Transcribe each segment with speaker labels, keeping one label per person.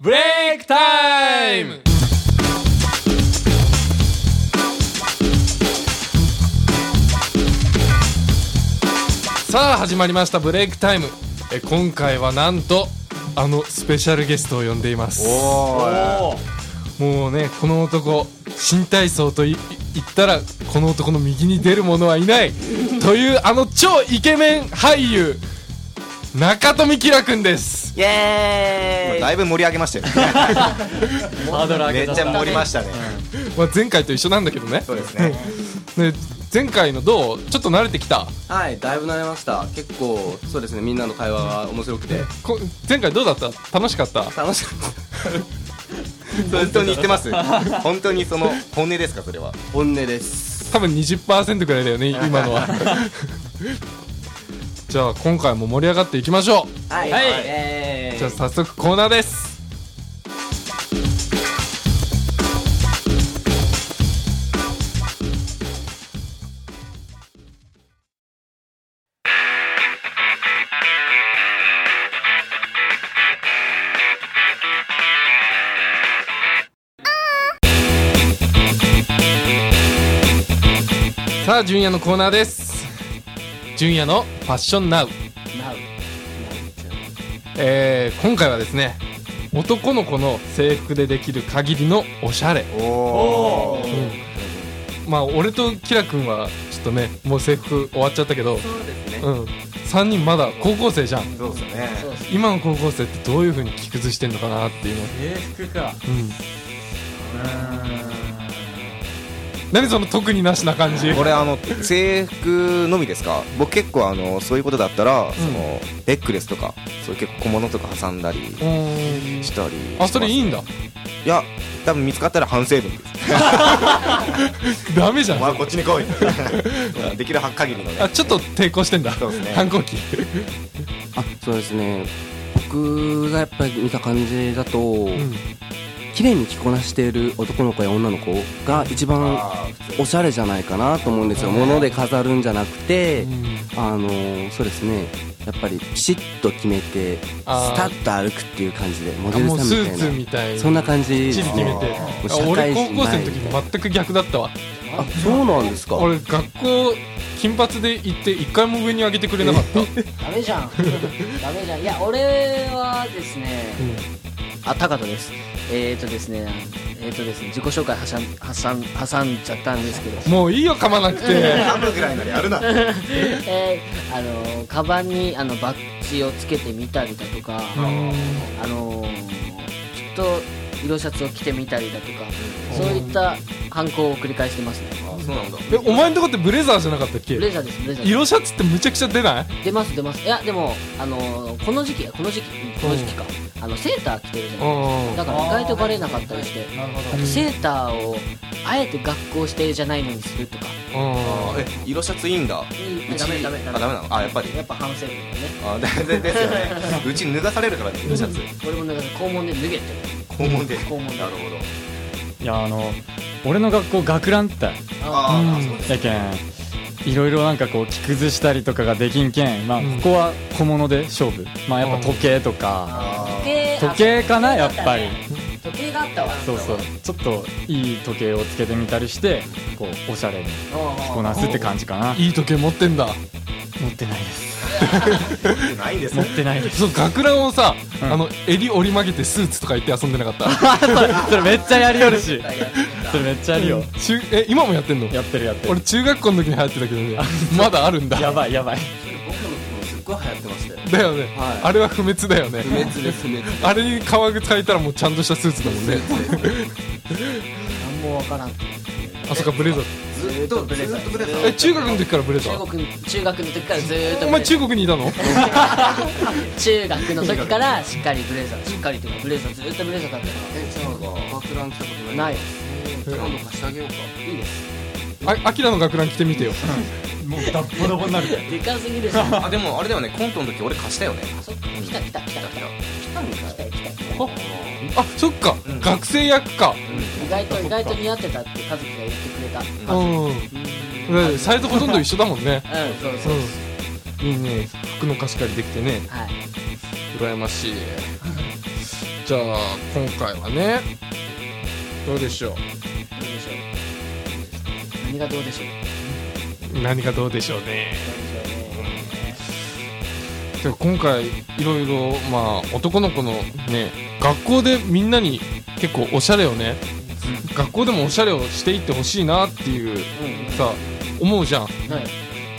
Speaker 1: ブレイクタイムさあ始まりましたブレイクタイムえ今回はなんとあのスペシャルゲストを呼んでいますもうねこの男新体操といい言ったらこの男の右に出る者はいないというあの超イケメン俳優中富輝くんです
Speaker 2: イエーイ
Speaker 3: だいぶ盛り上げましたよ、
Speaker 1: ハードル
Speaker 3: ね、めっちゃ盛りましたね、
Speaker 1: まあ、前回と一緒なんだけどね
Speaker 3: そうですね、
Speaker 1: ね前回のどうちょっと慣れてきた
Speaker 2: はいだいぶ慣れました結構そうですねみんなの会話が面白くて
Speaker 1: こ前回どうだった楽しかった
Speaker 2: 楽しかっ
Speaker 3: 本当に言って ます、本当にその本音ですか、それは。
Speaker 2: た本音です
Speaker 1: 多分20%ぐらいだよ ね今のは じゃあ今回も盛り上がっていきましょ
Speaker 2: はい、
Speaker 1: はい
Speaker 2: イエーイ
Speaker 1: うじゃあ早速コーナーですさあ純也のコーナーです純也のファッションナウえー、今回はですね男の子の制服でできる限りのおしゃれ
Speaker 3: おおー、
Speaker 1: まあ俺とキラ君はちょっとねもう制服終わっちゃったけどう
Speaker 2: そうですね
Speaker 1: ん3人まだ高校生じゃん
Speaker 3: そうですよね、
Speaker 1: 今の高校生ってどういう風に着崩してんのかなっていうの
Speaker 4: 制服か
Speaker 1: うん何その特になしな感じ
Speaker 3: これあの、制服のみですか、僕、結構あの、そういうことだったら、そのネックレスとか、そういう結構小物とか挟んだり
Speaker 1: うん
Speaker 3: したり、
Speaker 1: あそれいいん
Speaker 3: だ
Speaker 1: だ
Speaker 3: いや、多分見つかったら反省文です、
Speaker 1: ダメじゃん
Speaker 3: お前、こっちに 来い、できる限りのね
Speaker 1: あ、ちょっと抵抗してんだ
Speaker 3: そうですね
Speaker 1: 反抗期
Speaker 2: あそうですね僕がやっぱり見た感じだと、
Speaker 1: うん
Speaker 2: 綺麗に着こなしている男の子や女の子が一番
Speaker 3: あー普通
Speaker 2: おしゃれじゃないかなと思うんですよ物で飾るんじゃなくて、あのー、そうですねやっぱりピシッと決めてスタ
Speaker 1: あー
Speaker 2: ッと歩くっていう感じでモ
Speaker 1: あ
Speaker 2: デル
Speaker 1: もう
Speaker 2: さん
Speaker 1: ス
Speaker 2: み
Speaker 1: ー
Speaker 2: たい
Speaker 1: ツ
Speaker 2: な
Speaker 1: みたいに
Speaker 2: そんな感じ
Speaker 1: きっ
Speaker 2: で
Speaker 1: ち
Speaker 2: す
Speaker 1: り決
Speaker 2: ね
Speaker 1: めて
Speaker 2: もう
Speaker 1: あ
Speaker 2: 社
Speaker 1: 俺
Speaker 2: 会
Speaker 1: 高
Speaker 2: 人
Speaker 1: 校生の時全く逆だったわ
Speaker 2: あそうなんですか
Speaker 1: 俺学校金髪で行って一回も上に上げてくれなかった
Speaker 5: ダメ じゃんダメじゃんいや俺はですね、あ高田ですえっ、ー、とですねえっ、ー、とですね自己紹介挟ん挟ん挟んじゃったんです けど
Speaker 1: もういいよ噛まなくて
Speaker 3: 半分ぐらいまでやるな、
Speaker 5: えー、あのーカバンにあのバッジをつけてみたりだとか、あのーきっと色シャツを着てみたりだとか、そういった犯行を繰り返してますね
Speaker 3: そうなんだ、
Speaker 1: えお前んとこってブレザーじゃなかったっ
Speaker 5: ブレ
Speaker 1: け
Speaker 5: ザーですブレザーです
Speaker 1: 色シャツってむちゃくちゃ出ない
Speaker 5: 出ます出ますいやでもあのーこの時期この時期うんこの時期か、あのセーター着てるじゃない
Speaker 1: うん
Speaker 5: だから意外とバレなかったりして
Speaker 4: なるほど
Speaker 5: あとセーターをあえて学校指定じゃないのにするとか
Speaker 3: あーえ色シャツいいんだ、
Speaker 5: うんダメダメダメ
Speaker 3: あダメなのあやっぱり
Speaker 5: やっぱ反省文だよね
Speaker 3: あででですよねうち脱がされるからね T シャツ
Speaker 5: 俺もなんか肛門で脱げて
Speaker 3: 肛門で
Speaker 5: 肛門で
Speaker 3: なるほど
Speaker 4: いやあの俺の学校学ランって
Speaker 5: あ
Speaker 3: あ
Speaker 1: うん
Speaker 3: ーそうです
Speaker 4: やけんいろいろなんかこう着崩したりとかができんけんまあ
Speaker 1: うん
Speaker 4: ここは小物で勝負まあやっぱ時計とか
Speaker 3: あ
Speaker 5: 時計
Speaker 4: 時計かなやっぱり
Speaker 5: 時計があったわ
Speaker 4: そうそうちょっといい時計をつけてみたりしてこうおしゃれに着こなすって感じかない
Speaker 1: い時計持ってんだ
Speaker 4: 持ってないです
Speaker 3: ーないんです
Speaker 4: 持
Speaker 3: ね
Speaker 4: ってないです
Speaker 1: そう学ランをさ、
Speaker 4: うん
Speaker 1: あの襟折り曲げてスーツとか言って遊んでなかった
Speaker 4: それそれめっちゃやりよるしそれめっちゃやりよ
Speaker 1: 中え今もやってんの
Speaker 4: やってるやってる
Speaker 1: 俺中学校の時に流行ってたけどねまだあるんだ
Speaker 4: やばいやばい
Speaker 2: すっごい流行ってました
Speaker 1: だ
Speaker 2: よ
Speaker 1: よね、
Speaker 2: はい
Speaker 1: あれは不滅だよね
Speaker 2: 不滅です不滅
Speaker 1: あれに革靴履いたらもうちゃんとしたスーツだもんね
Speaker 5: 何もわからん
Speaker 1: あそっかブレザー
Speaker 2: ずっとブレザー
Speaker 1: え中学の時からブレザー
Speaker 5: 中国中学の時からずーっと
Speaker 1: お
Speaker 5: ブ
Speaker 1: 前
Speaker 5: レザー
Speaker 1: 中国にいたの
Speaker 5: 中学の時からしっかりブレザーしっかりというかブレザーずーっとブレザーだったか
Speaker 2: えじゃあ学ラン来たこと
Speaker 5: らない
Speaker 2: 今度貸してあげようかいいです
Speaker 1: あアキラの学ラン着てみてよ
Speaker 4: もうダッボダボになる
Speaker 5: でかすぎ るしあ
Speaker 3: あでもあれだよねコントの時俺貸したよね
Speaker 5: そっか来た来た来た来た来た来た来た来た
Speaker 1: あそっか、
Speaker 3: うん
Speaker 1: 学生役か
Speaker 5: 意外と意外と似合ってたって和樹が言ってくれた
Speaker 1: う
Speaker 5: うん
Speaker 1: んだってサイズほとんど一緒だもんね
Speaker 5: そうそう
Speaker 1: うんいいね服の貸し借りできてね
Speaker 5: はい
Speaker 1: 羨ましいじゃあ今回はねどうでしょ
Speaker 5: どうでしょう何がどうでしょう
Speaker 1: う何がどうでしょうね
Speaker 5: どうでしょうね
Speaker 1: でも今回いろいろまあ男の子のね学校でみんなに結構おしゃれをね、学校でもおしゃれをしていってほしいなっていうさ思うじゃん
Speaker 5: うんはい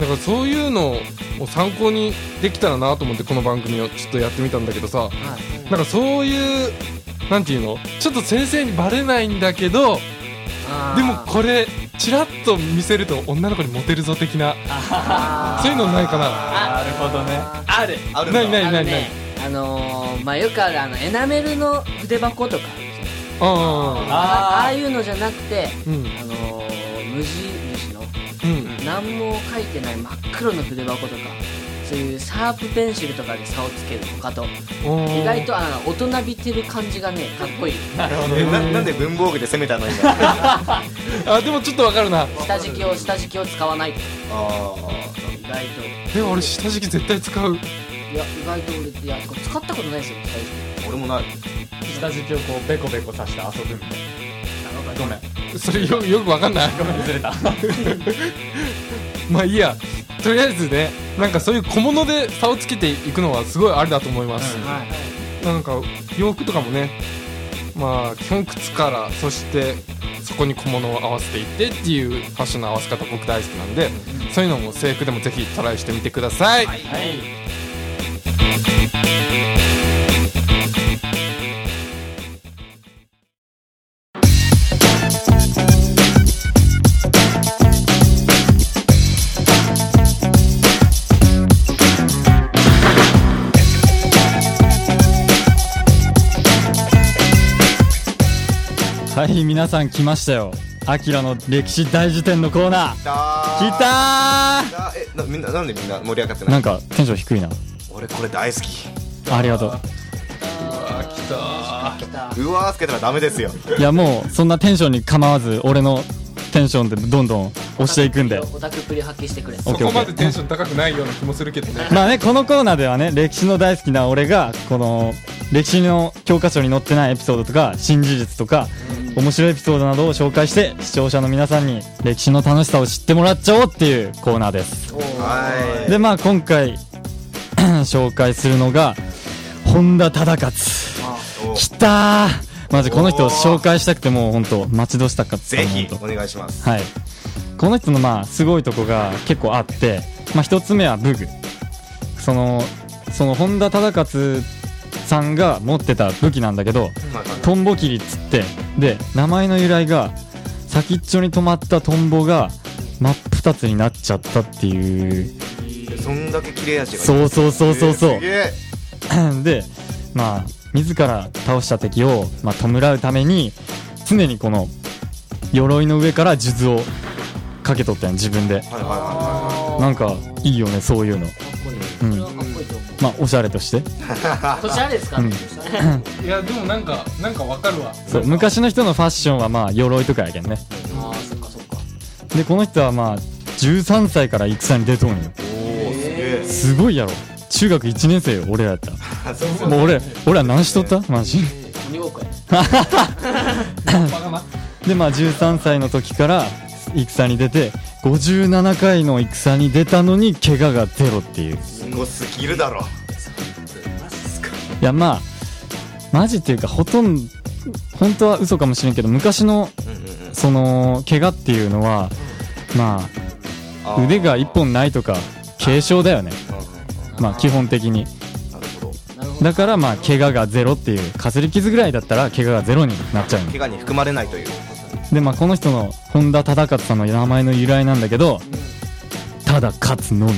Speaker 1: だからそういうのを参考にできたらなと思ってこの番組をちょっとやってみたんだけどさ
Speaker 5: はい
Speaker 1: なんかそういうなんていうのちょっと先生にバレないんだけど
Speaker 5: あー
Speaker 1: でもこれちらっと見せると女の子にモテるぞ的なそういうのないかな
Speaker 4: なるほどね
Speaker 5: ある
Speaker 3: あるんだ
Speaker 1: ないないな
Speaker 5: あの
Speaker 1: いない
Speaker 5: ねあのーまあよくあるあのエナメルの筆箱とかあるじゃん
Speaker 1: あ
Speaker 5: ああ
Speaker 4: あ
Speaker 5: いうのじゃなくて
Speaker 1: あうん
Speaker 5: あのー無印の
Speaker 1: うん
Speaker 5: 何も書いてない真っ黒の筆箱とかそういうシャープペンシルとかで差をつける他と意外とあの大人びてる感じがねかっこいい
Speaker 3: えななんで文房具で攻めたの今あ
Speaker 1: あでもちょっとわかるな
Speaker 5: 下敷きを下敷きを使わない
Speaker 3: あ
Speaker 5: 意外とい
Speaker 1: でも俺下敷き絶対使う
Speaker 5: や意外と俺いやこれ使ったことないですよ下敷
Speaker 3: 俺もない
Speaker 4: 下敷きをこうベコベコさして遊ぶみたいなごめん
Speaker 1: それよよくわかんない
Speaker 4: ごめんずれた
Speaker 1: まあいいやとりあえずねなんかそういう小物で差をつけていくのはすごいありだと思います、
Speaker 5: きはい
Speaker 1: なんか洋服とかもねまあ基本靴からそしてそこに小物を合わせていってっていうファッションの合わせ方僕大好きなんでそういうのも制服でもぜひトライしてみてください、
Speaker 4: はいはい皆さん来ましたよアキラの歴史大辞典のコーナー
Speaker 3: だ
Speaker 4: 来
Speaker 3: だ
Speaker 4: た
Speaker 3: えなみんななんでみんな盛り上がって
Speaker 4: ー
Speaker 3: な
Speaker 4: ないんかテンション低いな
Speaker 3: 俺これ大好き
Speaker 4: ありがと
Speaker 3: うわーつけたらダメですよ
Speaker 4: ういやもうそんなテンションに構わず俺のテンションでどんどん押していくんで
Speaker 5: オタクプリ発揮してくれ
Speaker 4: オッ
Speaker 1: そ
Speaker 4: ケーオ
Speaker 1: こ
Speaker 4: ッケー
Speaker 1: までテンション高くないような気もするけどね
Speaker 4: まあねこのコーナーではね歴史の大好きな俺がこの歴史の教科書に載ってないエピソードとか新事実とか面白いエピソードなどを紹介して視聴者の皆さんに歴史の楽しさを知ってもらっちゃおうっていうコーナーです
Speaker 3: は
Speaker 4: でまあ今回 紹介するのが本田忠勝
Speaker 3: お
Speaker 4: きたーマジこの人を紹介したくてもう本当待ち遠したかった
Speaker 3: ぜひ
Speaker 4: ほん
Speaker 3: お
Speaker 4: と
Speaker 3: 願いします
Speaker 4: はいこの人のまあすごいとこが結構あってまあ一つ目は武具そのその本田忠勝さんが持ってた武器なんだけど
Speaker 3: まあまあ
Speaker 4: トンボ切りっつってで名前の由来が先っちょに止まったトンボが真っ二つになっちゃったっていう
Speaker 3: そんだけ切れ味がいい
Speaker 4: そうそうそうそうそう、
Speaker 3: えーすげえ
Speaker 4: でまあ自ら倒した敵を、まあ、弔うために常にこの鎧の上から数珠をかけとったんや自分で
Speaker 3: はいはいは
Speaker 4: なんかいいよねそういうの
Speaker 5: かっこいい
Speaker 4: うん
Speaker 5: それはかっこいいと思う
Speaker 4: まあおしゃれとして
Speaker 5: こちらですか
Speaker 4: うん
Speaker 1: いやでもなんかなんかわかるわ
Speaker 4: そう昔の人のファッションはまあ鎧とかやけんね
Speaker 5: ああそっかそっか
Speaker 4: でこの人はまあ13歳から戦に出とんよ
Speaker 3: いおおすげえ
Speaker 4: すごいやろ中学1年生よ俺らやったらもう俺俺ら何しとったマジ
Speaker 5: 鬼ごっこやね
Speaker 4: でまあ13歳の時から戦に出て57回の戦に出たのに怪我がゼロっていうい
Speaker 3: すごすぎるだろ
Speaker 4: やまあマジっていうかほとんど本当は嘘かもしれんけど昔の
Speaker 3: うんうんうん
Speaker 4: その怪我っていうのはま
Speaker 3: あ
Speaker 4: あ
Speaker 3: ー
Speaker 4: 腕が1本ないとか軽傷だよね
Speaker 3: うんうんうん
Speaker 4: まあ基本的に
Speaker 3: なるほど
Speaker 5: なるほど
Speaker 4: だからまあ怪我がゼロっていうかすり傷ぐらいだったら怪我がゼロになっちゃうの
Speaker 3: 怪我に含まれないという
Speaker 4: でまあこの人の本田忠勝さんの名前の由来なんだけどただ勝つのみ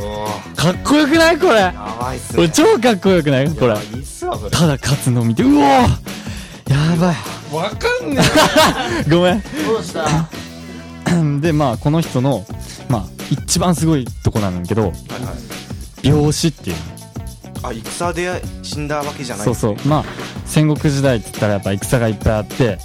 Speaker 3: おお
Speaker 4: かっこよくないこれ
Speaker 3: やばいっす
Speaker 4: これ
Speaker 3: ね
Speaker 4: 超かっこよくないこれ
Speaker 3: いやいいっすわそれ
Speaker 4: ただ勝つの見てうおーやばい
Speaker 1: わかんね
Speaker 4: ご
Speaker 5: どうした
Speaker 4: めん でまあこの人のまあ一番すごいとこなんだけど
Speaker 3: はいはい
Speaker 4: 病死っていうの
Speaker 3: あ戦で死んだわけじゃない
Speaker 4: そうそうまあ戦国時代って言ったらやっぱ戦がいっぱいあって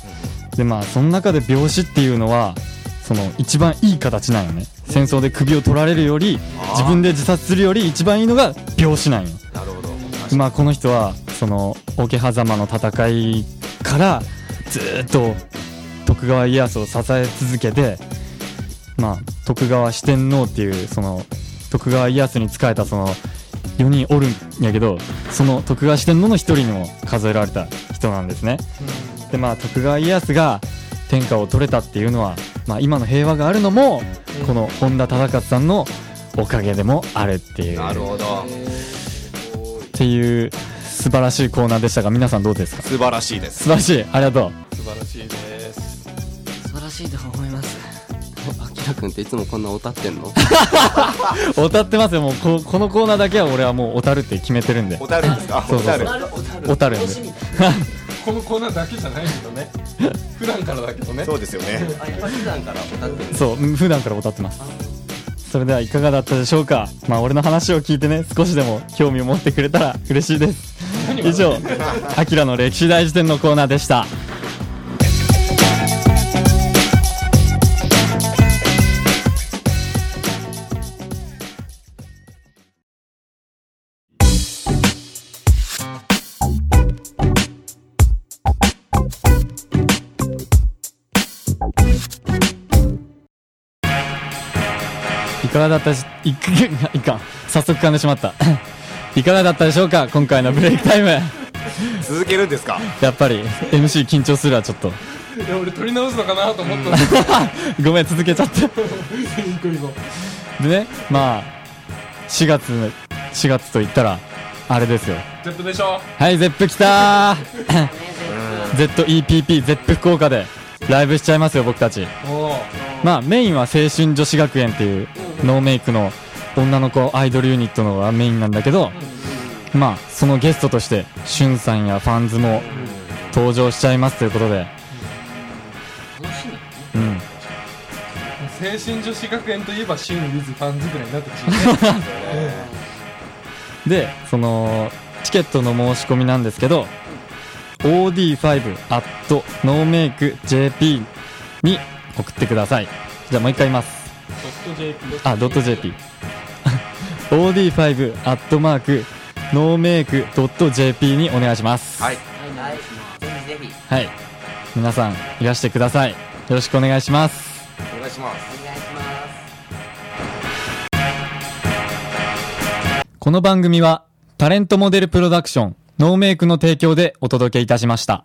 Speaker 4: でまあその中で病死っていうのはその一番いい形なんよね戦争で首を取られるより自分で自殺するより一番いいのが病死なんよ
Speaker 3: なるほど
Speaker 4: まあこの人はその桶狭間の戦いからずーっと徳川家康を支え続けて、まあ、徳川四天王っていうその徳川家康に仕えたその4人おるんやけどその徳川四天王の1人にも数えられた人なんですね。でまあ徳川家康が天下を取れたっていうのは、まあ、今の平和があるのもこの本田忠勝さんのおかげでもあるっていう
Speaker 3: なるほど
Speaker 4: っていう素晴らしいコーナーでしたが皆さんどうですか
Speaker 3: 素晴らしいです
Speaker 4: 素晴らしいありがとう
Speaker 1: 素晴らしいです
Speaker 5: 素晴らしいと思います
Speaker 2: あきらくんっていつもこんなおたってんの
Speaker 4: おたってますよもうここのコーナーだけは俺はもうおたるって決めてるんで
Speaker 3: おたるですか
Speaker 4: そうそうそう
Speaker 3: おたる
Speaker 4: おたるんで
Speaker 1: このコーナーだけじゃないけどね普段からだけどね
Speaker 3: そうですよね
Speaker 2: あやっぱ普段からおたってん
Speaker 4: そううん普段からおたってますそれではいかがだったでしょうかまあ俺の話を聞いてね少しでも興味を持ってくれたら嬉しいです以上「アキラの歴史大辞典」のコーナーでしたいかがだったしいく いかん早速噛んでしまった いかがだったでしょうか今回のブレイクタイム
Speaker 3: 続けるんですか
Speaker 4: やっぱり MC 緊張するわちょっと
Speaker 1: いや俺取り直すのかなと思ったんだけ
Speaker 4: ごめん続けちゃって
Speaker 1: ど行こう行こ
Speaker 4: でねまあ4月4月と言ったらあれですよ
Speaker 1: う絶対でしょ
Speaker 4: はい ZEP 来たー ZEPPZEP 福岡でライブしちゃいますよ僕たち
Speaker 1: おー
Speaker 4: まあメインは青春女子学園っていうノーメイクの女の子アイドルユニットのがメインなんだけどまあそのゲストとしてしゅんさんやファンズも登場しちゃいますということでうん
Speaker 1: 青春女子学園といえばシン・ウィズ・ファンズぐらいになってほしいね
Speaker 4: でそのチケットの申し込みなんですけど od5.nomake.jp に送ってくださいじゃあもう一回言います
Speaker 1: ドット JP
Speaker 4: あ .jp od5.nomake.jp にお願いします
Speaker 3: はい
Speaker 4: はい皆さんいらしてくださいよろしくお願いします
Speaker 3: お願いします
Speaker 4: この番組はタレントモデルプロダクションノーメイクの提供でお届けいたしました。